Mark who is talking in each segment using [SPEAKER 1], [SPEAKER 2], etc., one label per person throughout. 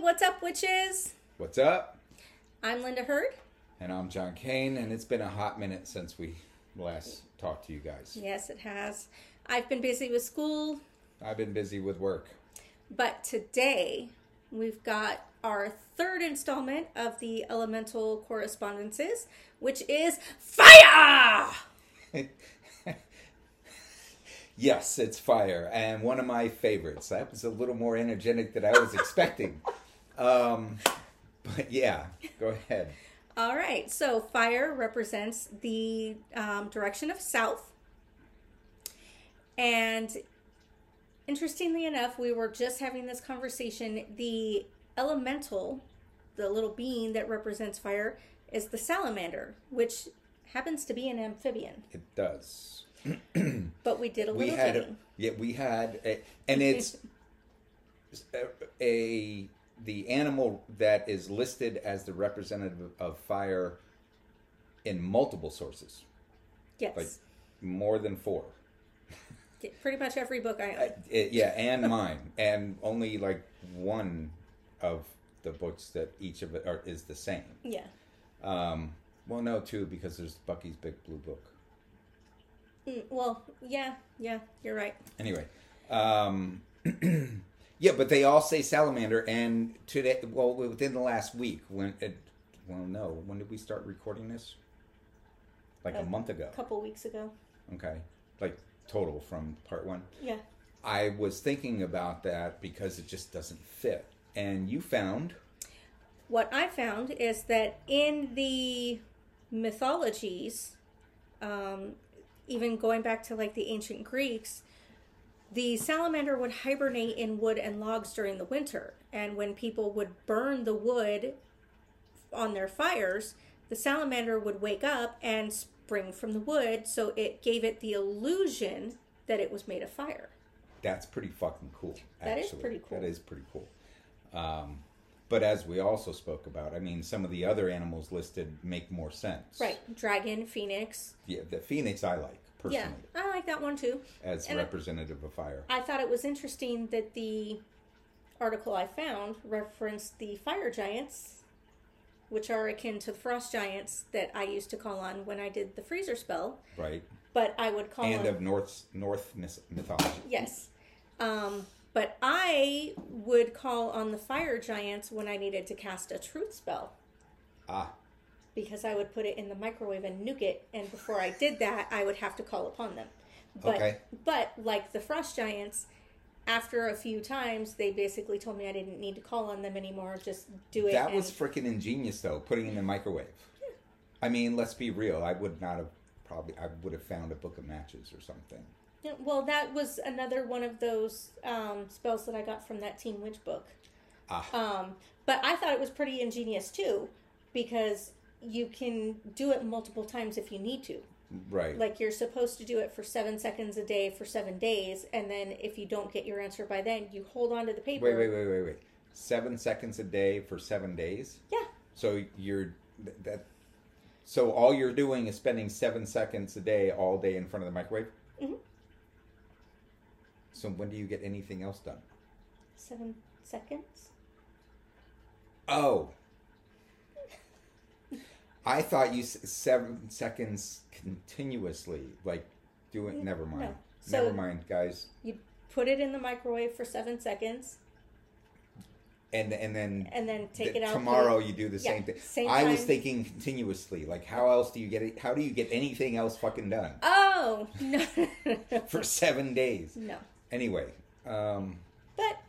[SPEAKER 1] What's up, witches?
[SPEAKER 2] What's up?
[SPEAKER 1] I'm Linda Hurd.
[SPEAKER 2] And I'm John Kane, and it's been a hot minute since we last talked to you guys.
[SPEAKER 1] Yes, it has. I've been busy with school,
[SPEAKER 2] I've been busy with work.
[SPEAKER 1] but today we've got our third installment of the Elemental Correspondences, which is Fire!
[SPEAKER 2] Yes, it's fire, and one of my favorites. That was a little more energetic than I was expecting. Um, but yeah, go ahead.
[SPEAKER 1] All right, so fire represents the um, direction of south. And interestingly enough, we were just having this conversation. The elemental, the little being that represents fire, is the salamander, which happens to be an amphibian.
[SPEAKER 2] It does.
[SPEAKER 1] But we did a
[SPEAKER 2] we
[SPEAKER 1] little
[SPEAKER 2] had
[SPEAKER 1] digging.
[SPEAKER 2] yeah we had a, and it's a, a- the animal that is listed as the representative of fire in multiple sources
[SPEAKER 1] yes,
[SPEAKER 2] like more than four
[SPEAKER 1] Yeah, pretty much every book I own.
[SPEAKER 2] Uh, it- yeah and mine and only like one of the books that each of it are, is the same
[SPEAKER 1] yeah.
[SPEAKER 2] um well no two because there's bucky's big blue book
[SPEAKER 1] Mm, well, yeah, yeah, you're right.
[SPEAKER 2] anyway um yeah but they all say salamander and today well within the last week when it well no when did we start recording this like a
[SPEAKER 1] Uh,
[SPEAKER 2] month ago
[SPEAKER 1] A couple weeks ago.
[SPEAKER 2] okay like total from part one
[SPEAKER 1] Yeah.
[SPEAKER 2] i was thinking about that because it just doesn't fit and you found
[SPEAKER 1] what I found is that in the mythologies, um, even going back to like the ancient Greeks, the salamander would hibernate in wood and logs during the winter. And when people would burn the wood on their fires, the salamander would wake up and spring from the wood. So it gave it the illusion that it was made of fire.
[SPEAKER 2] that's pretty fucking cool
[SPEAKER 1] That is
[SPEAKER 2] actually.
[SPEAKER 1] pretty cool.
[SPEAKER 2] that is pretty cool um but as we also spoke about i mean some of the other animals listed make more sense
[SPEAKER 1] Right. Dragon, phoenix.
[SPEAKER 2] Yeah, the Phoenix I like personally
[SPEAKER 1] Yeah. I like that one too.
[SPEAKER 2] as
[SPEAKER 1] And I-
[SPEAKER 2] representative of fire.
[SPEAKER 1] I thought it was interesting that the article I found referenced the fire giants, which are akin to the frost giants that I used to call on when I did the freezer spell,
[SPEAKER 2] right?
[SPEAKER 1] but I would call
[SPEAKER 2] And
[SPEAKER 1] on
[SPEAKER 2] of North North myth- mythology.
[SPEAKER 1] yes. Um, but I would call on the fire giants when I needed to cast a truth spell
[SPEAKER 2] Ah,
[SPEAKER 1] because I would put it in the microwave and nuke it, and before I did that, I would have to call upon them. But,
[SPEAKER 2] Okay.
[SPEAKER 1] But like the frost giants, after a few times, they basically told me I didn't need to call on them anymore. Just do it.
[SPEAKER 2] that
[SPEAKER 1] and-
[SPEAKER 2] was freaking ingenious though, putting it in the microwave. I mean, let's be real. I would not have probably I would have found a book of matches or something.
[SPEAKER 1] Yeah, well, that was another one of those um, spells that I got from that Teen Witch book.
[SPEAKER 2] Ah.
[SPEAKER 1] Um, but I thought it was pretty ingenious too, because you can do it multiple times if you need to.
[SPEAKER 2] Right.
[SPEAKER 1] like you're supposed to do it for seven seconds a day for seven days and then if you don't get your answer by then you hold on to the paper
[SPEAKER 2] wait, wait, wait, wait, wait. 7 seconds a day for 7 days?
[SPEAKER 1] yeah
[SPEAKER 2] So you're th- that so all you're doing is spending seven seconds a day, all day in front of the microwave.
[SPEAKER 1] Mhm.
[SPEAKER 2] So when do you get anything else done?
[SPEAKER 1] seven seconds
[SPEAKER 2] Oh, I thought you s- seven seconds continuously, like doing. Never mind.
[SPEAKER 1] Mm, no. So-
[SPEAKER 2] never mind, guys.
[SPEAKER 1] you put it in the microwave for seven seconds
[SPEAKER 2] And and then
[SPEAKER 1] and then take
[SPEAKER 2] th-
[SPEAKER 1] it out
[SPEAKER 2] tomorrow.
[SPEAKER 1] put
[SPEAKER 2] You do the
[SPEAKER 1] yeah,
[SPEAKER 2] same thing.
[SPEAKER 1] same
[SPEAKER 2] I was
[SPEAKER 1] time.
[SPEAKER 2] thinking continuously. Like how else do you get it? How do you get anything else fucking done
[SPEAKER 1] it- oh no Uh,
[SPEAKER 2] for seven days?
[SPEAKER 1] no
[SPEAKER 2] Anyway, um,
[SPEAKER 1] but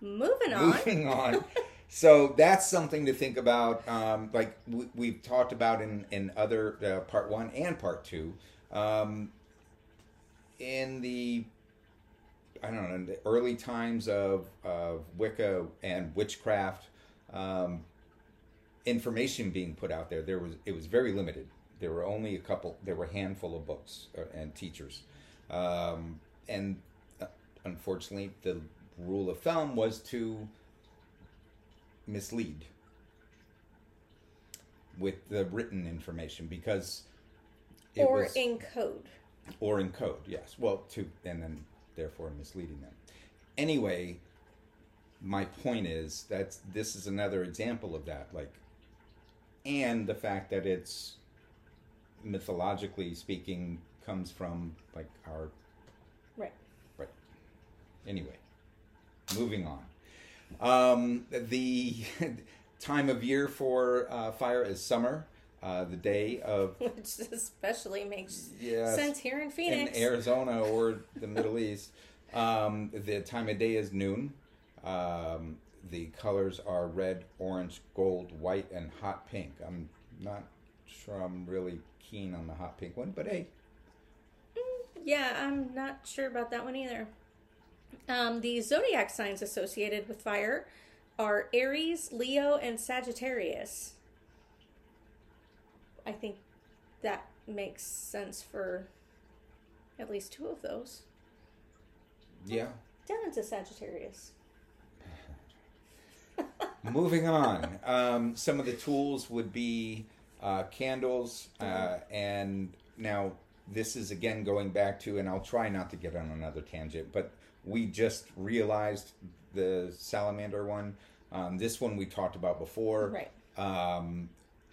[SPEAKER 1] moving on
[SPEAKER 2] moving on. so that's something to think about. Um, like we, we've talked about in in other uh, part one and part two. Um, in the I don't know in the early times of of Wicca and witchcraft, um, information being put out there there was it was very limited. There were only a couple. There were a handful of books uh, and teachers, um, and uh, unfortunately, the rule of thumb was to mislead with the written information because it
[SPEAKER 1] or
[SPEAKER 2] was,
[SPEAKER 1] in code
[SPEAKER 2] or in code yes well to and then therefore misleading them anyway my point is that this is another example of that like and the fact that it's mythologically speaking comes from like our
[SPEAKER 1] Right.
[SPEAKER 2] right anyway moving on um, the time of year for uh, fire is summer uh, the day of
[SPEAKER 1] Which especially makes
[SPEAKER 2] Yes.
[SPEAKER 1] sense here in Phoenix.
[SPEAKER 2] in Arizona or the Middle East. Um, the time of day is noon. Um, the colors are red, orange, gold, white, and hot pink. I'm not sure I'm really keen on the hot pink one, but hey,
[SPEAKER 1] Yeah, I'm not sure about that one either. Um, the zodiac signs associated with fire are Aries, Leo, and Sagittarius. I think that makes sense for at least two of those.
[SPEAKER 2] yeah.
[SPEAKER 1] Dylan's a Sagittarius.
[SPEAKER 2] Moving on. Um, some of the tools would be uh, candles, uh, and now this is again going back to, and I'll try not to get on another tangent, but we just realized the salamander one. Um, this one we talked about before.
[SPEAKER 1] Right.
[SPEAKER 2] Um,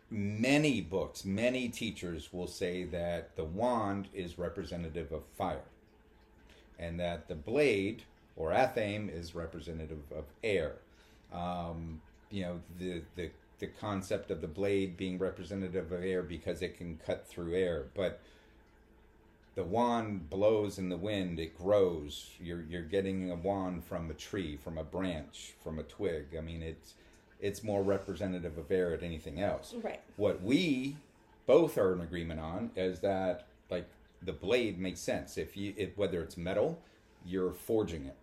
[SPEAKER 2] many books, many teachers will say that the wand is representative of fire, and that the blade or athame is representative of air um, you know the, the the concept of the blade being representative of air because it can cut through air but the wand blows in the wind it grows you're you're getting a wand from a tree from a branch from a twig i mean it's it's more representative of air than anything else
[SPEAKER 1] Right.
[SPEAKER 2] what we both are in agreement on is that like the blade makes sense if you if, whether it's metal you're forging it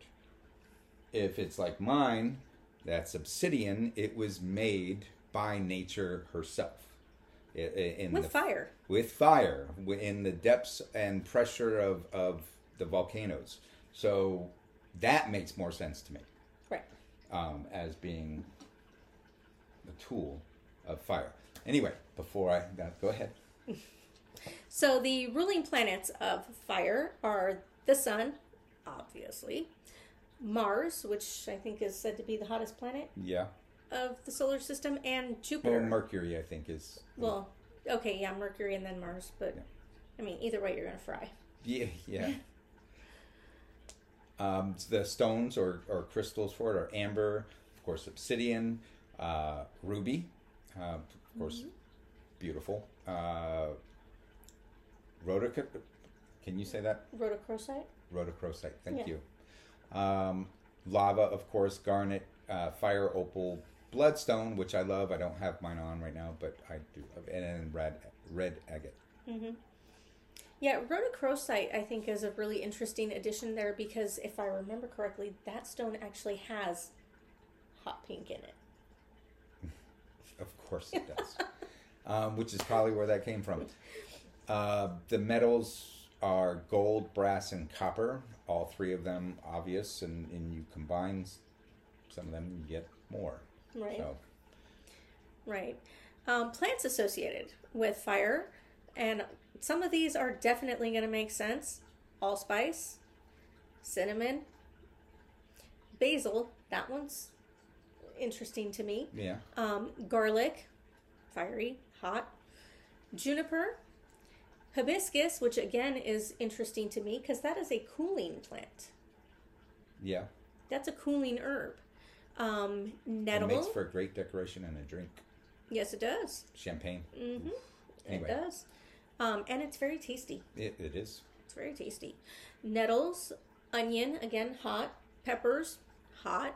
[SPEAKER 2] if it's like mine that's obsidian it was made by nature herself I- i- in
[SPEAKER 1] With
[SPEAKER 2] the,
[SPEAKER 1] fire.
[SPEAKER 2] with fire w- in the depths and pressure of of the volcanoes so that makes more sense to me
[SPEAKER 1] Right.
[SPEAKER 2] um, as being the tool of fire. Anyway, before I that, go ahead.
[SPEAKER 1] So the ruling planets of fire are the sun, obviously, Mars, which I think is said to be the hottest planet
[SPEAKER 2] Yeah.
[SPEAKER 1] of the solar system, and
[SPEAKER 2] Well,
[SPEAKER 1] Jupiter.
[SPEAKER 2] Mercury, I think, is
[SPEAKER 1] Well, okay, yeah, Mercury and then Mars, but I mean, either way, you're gonna fry.
[SPEAKER 2] yeah, yeah. Um, the stones or, or crystals for it are amber, of course, obsidian, uh, ruby, uh, of course, beautiful. Uh, rhodoc- can you say that?
[SPEAKER 1] Rhodochrosite,
[SPEAKER 2] rhodochrosite.
[SPEAKER 1] Yeah.
[SPEAKER 2] Thank you. Um, lava, of course, garnet, uh, fire opal, bloodstone, which I love. I don't have mine on right now, but I do love, and then red red agate.
[SPEAKER 1] Mm-hmm. yeah, rhodochrosite. I think is a really interesting addition there because if I remember correctly, that stone actually has hot pink in it.
[SPEAKER 2] Of course it does, um, which is probably where that came from. Uh, the metals are gold, brass, and copper. All three of them obvious, and, and you combine s- some of them, you get more.
[SPEAKER 1] Right.
[SPEAKER 2] So
[SPEAKER 1] Right. Um, plants associated with fire, and some of these are definitely going to make sense allspice, cinnamon, basil. That one's interesting to me.
[SPEAKER 2] yeah,
[SPEAKER 1] Um, garlic, fiery, hot. Juniper, hibiscus, which again is interesting to me because that is a cooling plant.
[SPEAKER 2] yeah,
[SPEAKER 1] That's a cooling herb. Um,
[SPEAKER 2] it makes
[SPEAKER 1] nettle.
[SPEAKER 2] for a great decoration and a drink.
[SPEAKER 1] yes, it does.
[SPEAKER 2] Champagne.
[SPEAKER 1] Mm-hmm.
[SPEAKER 2] Anyway.
[SPEAKER 1] It does. Um, and it's very tasty.
[SPEAKER 2] It, it is.
[SPEAKER 1] It's very tasty. Nettles, onion, again, hot. Peppers, hot.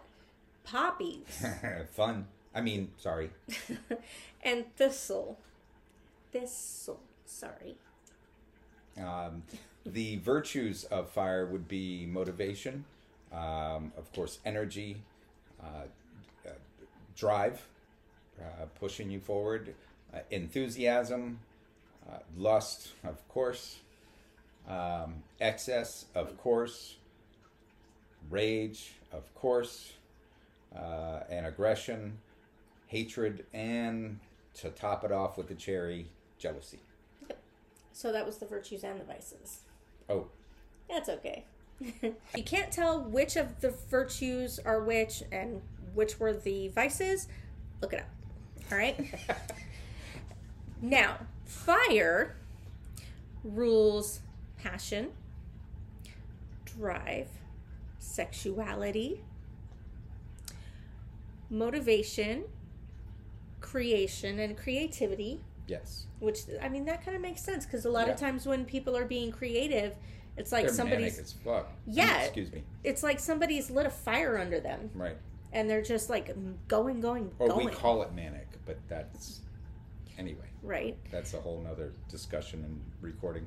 [SPEAKER 1] Poppies,
[SPEAKER 2] Fun. I mean, sorry.
[SPEAKER 1] and thistle. Thistle, sorry.
[SPEAKER 2] Um, the virtues of fire would be motivation, um, of course, energy, uh, uh, drive, uh, pushing you forward, uh, enthusiasm, uh, lust, of course, um, excess, of course, rage, of course, uh, and aggression, hatred, and to top it off with the cherry, jealousy.
[SPEAKER 1] So that was the virtues and the vices.
[SPEAKER 2] Oh,
[SPEAKER 1] That's okay. you can't tell which of the virtues are which and which were the vices. Look it up. All right. now, fire rules passion, drive, sexuality, motivation, creation, and creativity.
[SPEAKER 2] Yes.
[SPEAKER 1] Which I mean, that kind of makes sense because a lot of
[SPEAKER 2] Yeah.
[SPEAKER 1] times when people are being creative, it's like
[SPEAKER 2] They're manic
[SPEAKER 1] somebody's
[SPEAKER 2] as fuck.
[SPEAKER 1] Yeah.
[SPEAKER 2] Excuse me.
[SPEAKER 1] it's like somebody's lit a fire under them
[SPEAKER 2] Right.
[SPEAKER 1] and they're just like mm, going, going,
[SPEAKER 2] Or
[SPEAKER 1] going.
[SPEAKER 2] we call it manic, but that's anyway.
[SPEAKER 1] right.
[SPEAKER 2] That's a whole nother discussion and recording.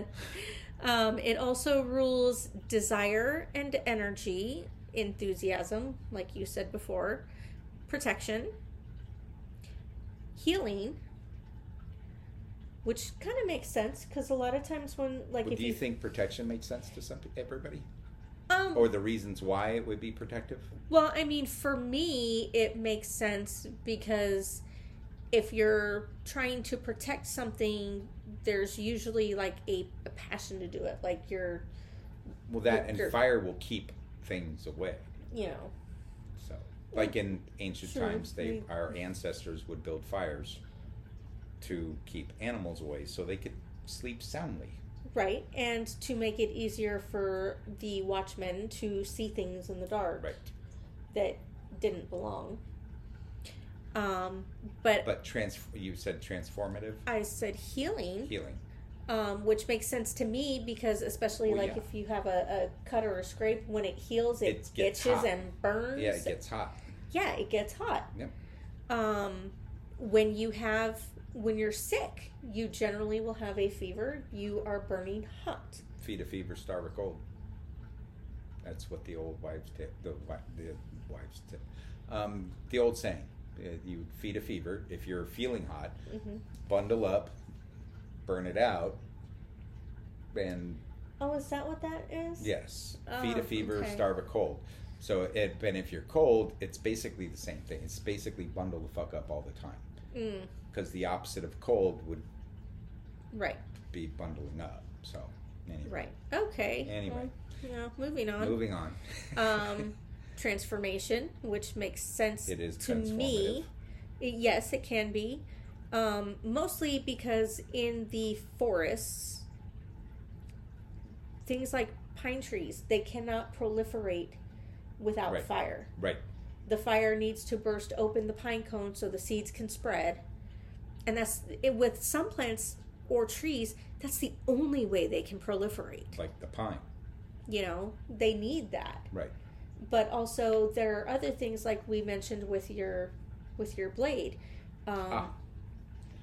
[SPEAKER 1] um, it also rules desire and energy, enthusiasm, like you said before, protection, healing, which kind of makes sense because a lot of times when, like,
[SPEAKER 2] But
[SPEAKER 1] if
[SPEAKER 2] do you
[SPEAKER 1] you,
[SPEAKER 2] think protection makes sense to some everybody,
[SPEAKER 1] um,
[SPEAKER 2] or the reasons why it would be protective?
[SPEAKER 1] Well, I mean, for me, it makes sense because if you're trying to protect something, there's usually like a, a passion to do it. Like you're,
[SPEAKER 2] Well, that and
[SPEAKER 1] Sure.
[SPEAKER 2] fire will keep things away.
[SPEAKER 1] you know,
[SPEAKER 2] So, like in ancient
[SPEAKER 1] Sure,
[SPEAKER 2] times, they
[SPEAKER 1] we-
[SPEAKER 2] our ancestors would build fires to keep animals away, so they could sleep soundly.
[SPEAKER 1] right? And to make it easier for the watchmen to see things in the dark
[SPEAKER 2] Right.
[SPEAKER 1] that didn't belong. Um, but,
[SPEAKER 2] But trans, you said transformative
[SPEAKER 1] I said healing,
[SPEAKER 2] healing.
[SPEAKER 1] um, which makes sense to me because especially
[SPEAKER 2] Well,
[SPEAKER 1] like
[SPEAKER 2] yeah.
[SPEAKER 1] if you have a, a cut or a scrape, when it heals, it,
[SPEAKER 2] It gets
[SPEAKER 1] itches
[SPEAKER 2] hot.
[SPEAKER 1] and burns.
[SPEAKER 2] Yeah, it gets hot.
[SPEAKER 1] yeah, it gets hot.
[SPEAKER 2] Yep.
[SPEAKER 1] Um, when you have when you're sick, you generally will have a fever. You are burning hot.
[SPEAKER 2] Feed a fever, starve a cold. That's what the old wives' tale, the wi- the wives' tale, um, the old saying. Uh, You feed a fever if you're feeling hot.
[SPEAKER 1] hmm
[SPEAKER 2] Bundle up, burn it out, and
[SPEAKER 1] Oh, is that what that is?
[SPEAKER 2] Yes. Feed
[SPEAKER 1] Oh,
[SPEAKER 2] a fever,
[SPEAKER 1] okay.
[SPEAKER 2] starve a cold. So it, and if you're cold, it's basically the same thing. It's basically bundle the fuck up all the time.
[SPEAKER 1] Mm,
[SPEAKER 2] Because the opposite of cold would
[SPEAKER 1] right.
[SPEAKER 2] be bundling up. So anyway,
[SPEAKER 1] Right. Okay.
[SPEAKER 2] Anyway.
[SPEAKER 1] Well, no, moving on.
[SPEAKER 2] moving on.
[SPEAKER 1] Um, transformation, which makes sense
[SPEAKER 2] it is
[SPEAKER 1] to me. Yes, it can be. Um, mostly because in the forests, things like pine trees, they cannot proliferate without
[SPEAKER 2] Right.
[SPEAKER 1] fire.
[SPEAKER 2] Right.
[SPEAKER 1] The fire needs to burst open the pine cone so the seeds can spread. And that's it, with some plants or trees, that's the only way they can proliferate.
[SPEAKER 2] Like the pine.
[SPEAKER 1] You know, they need that
[SPEAKER 2] Right.
[SPEAKER 1] but also there are other things like we mentioned with your with your blade um,
[SPEAKER 2] Ah.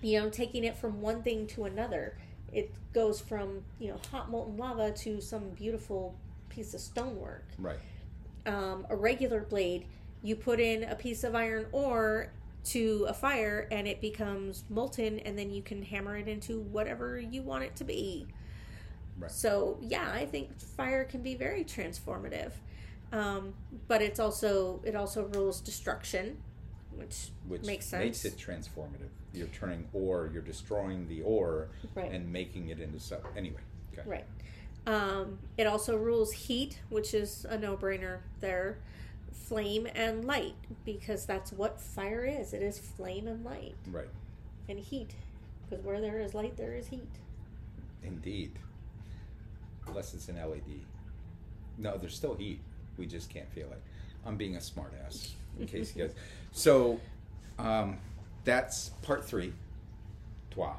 [SPEAKER 1] you know taking it from one thing to another it goes from you know hot molten lava to some beautiful piece of stonework
[SPEAKER 2] Right.
[SPEAKER 1] um, a regular blade you put in a piece of iron ore to a fire and it becomes molten and then you can hammer it into whatever you want it to be
[SPEAKER 2] Right.
[SPEAKER 1] so yeah i think fire can be very transformative um, but it's also it also rules destruction which
[SPEAKER 2] Which
[SPEAKER 1] Makes sense.
[SPEAKER 2] it transformative. You're turning ore, you're destroying the ore
[SPEAKER 1] right
[SPEAKER 2] and making it into stuff. Anyway. Okay.
[SPEAKER 1] right um, it also rules heat which is a no-brainer there flame and light because that's what fire is it is flame and light
[SPEAKER 2] Right.
[SPEAKER 1] and heat because where there is light there is heat
[SPEAKER 2] Indeed. Unless it's an LED. No, there's still heat. We just can't feel it. I'm being a smartass, in case you guys. So, um, that's part three. Trois.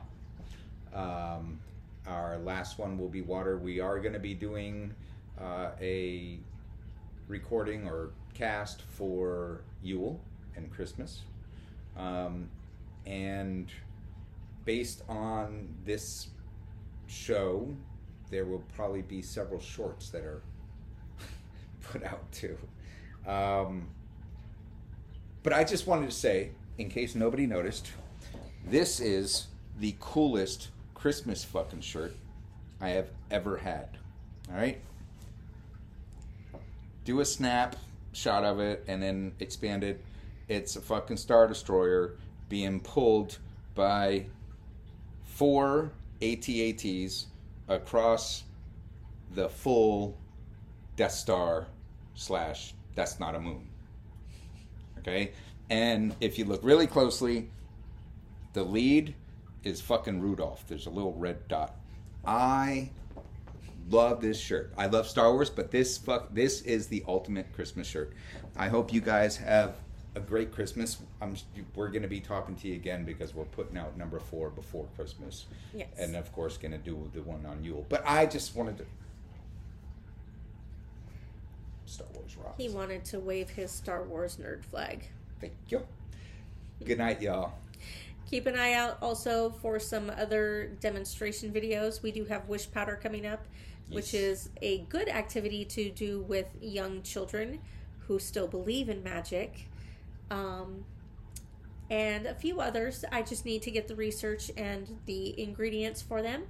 [SPEAKER 2] Um, our last one will be water. We are going to be doing uh, a recording or cast for Yule and Christmas. Um, and based on this show, there will probably be several shorts that are put out too. Um, but I just wanted to say, in case nobody noticed, this is the coolest Christmas fucking shirt I have ever had. All right? Do a snap shot of it and then expand it. It's a fucking Star Destroyer being pulled by four ATATs across the full Death Star slash that's not a moon. Okay? And if you look really closely, the lead is fucking Rudolph. There's a little red dot. I love this shirt. I love Star Wars, but this fuck this is the ultimate Christmas shirt. I hope you guys have a great Christmas. I'm we're going to be talking to you again because we're putting out number 4 before Christmas.
[SPEAKER 1] Yes.
[SPEAKER 2] And of course going to do the one on Yule. But I just wanted to Star Wars rocks.
[SPEAKER 1] He wanted to wave his Star Wars nerd flag.
[SPEAKER 2] Thank you. Good night, y'all.
[SPEAKER 1] Keep an eye out also for some other demonstration videos. We do have Wish Powder coming up, which
[SPEAKER 2] Yes.
[SPEAKER 1] is a good activity to do with young children who still believe in magic. Um, and a few others. I just need to get the research and the ingredients for them.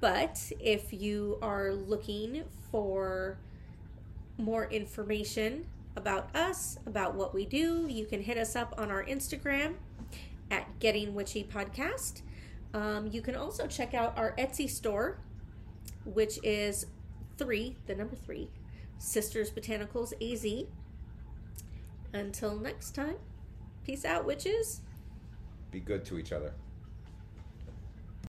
[SPEAKER 1] But if you are looking for more information about us, about what we do, you can hit us up on our Instagram at Getting Witchy Podcast. Um, you can also check out our Etsy store, which is three, the number three, Sisters Botanicals AZ. Until next time, peace out, witches.
[SPEAKER 2] Be good to each other.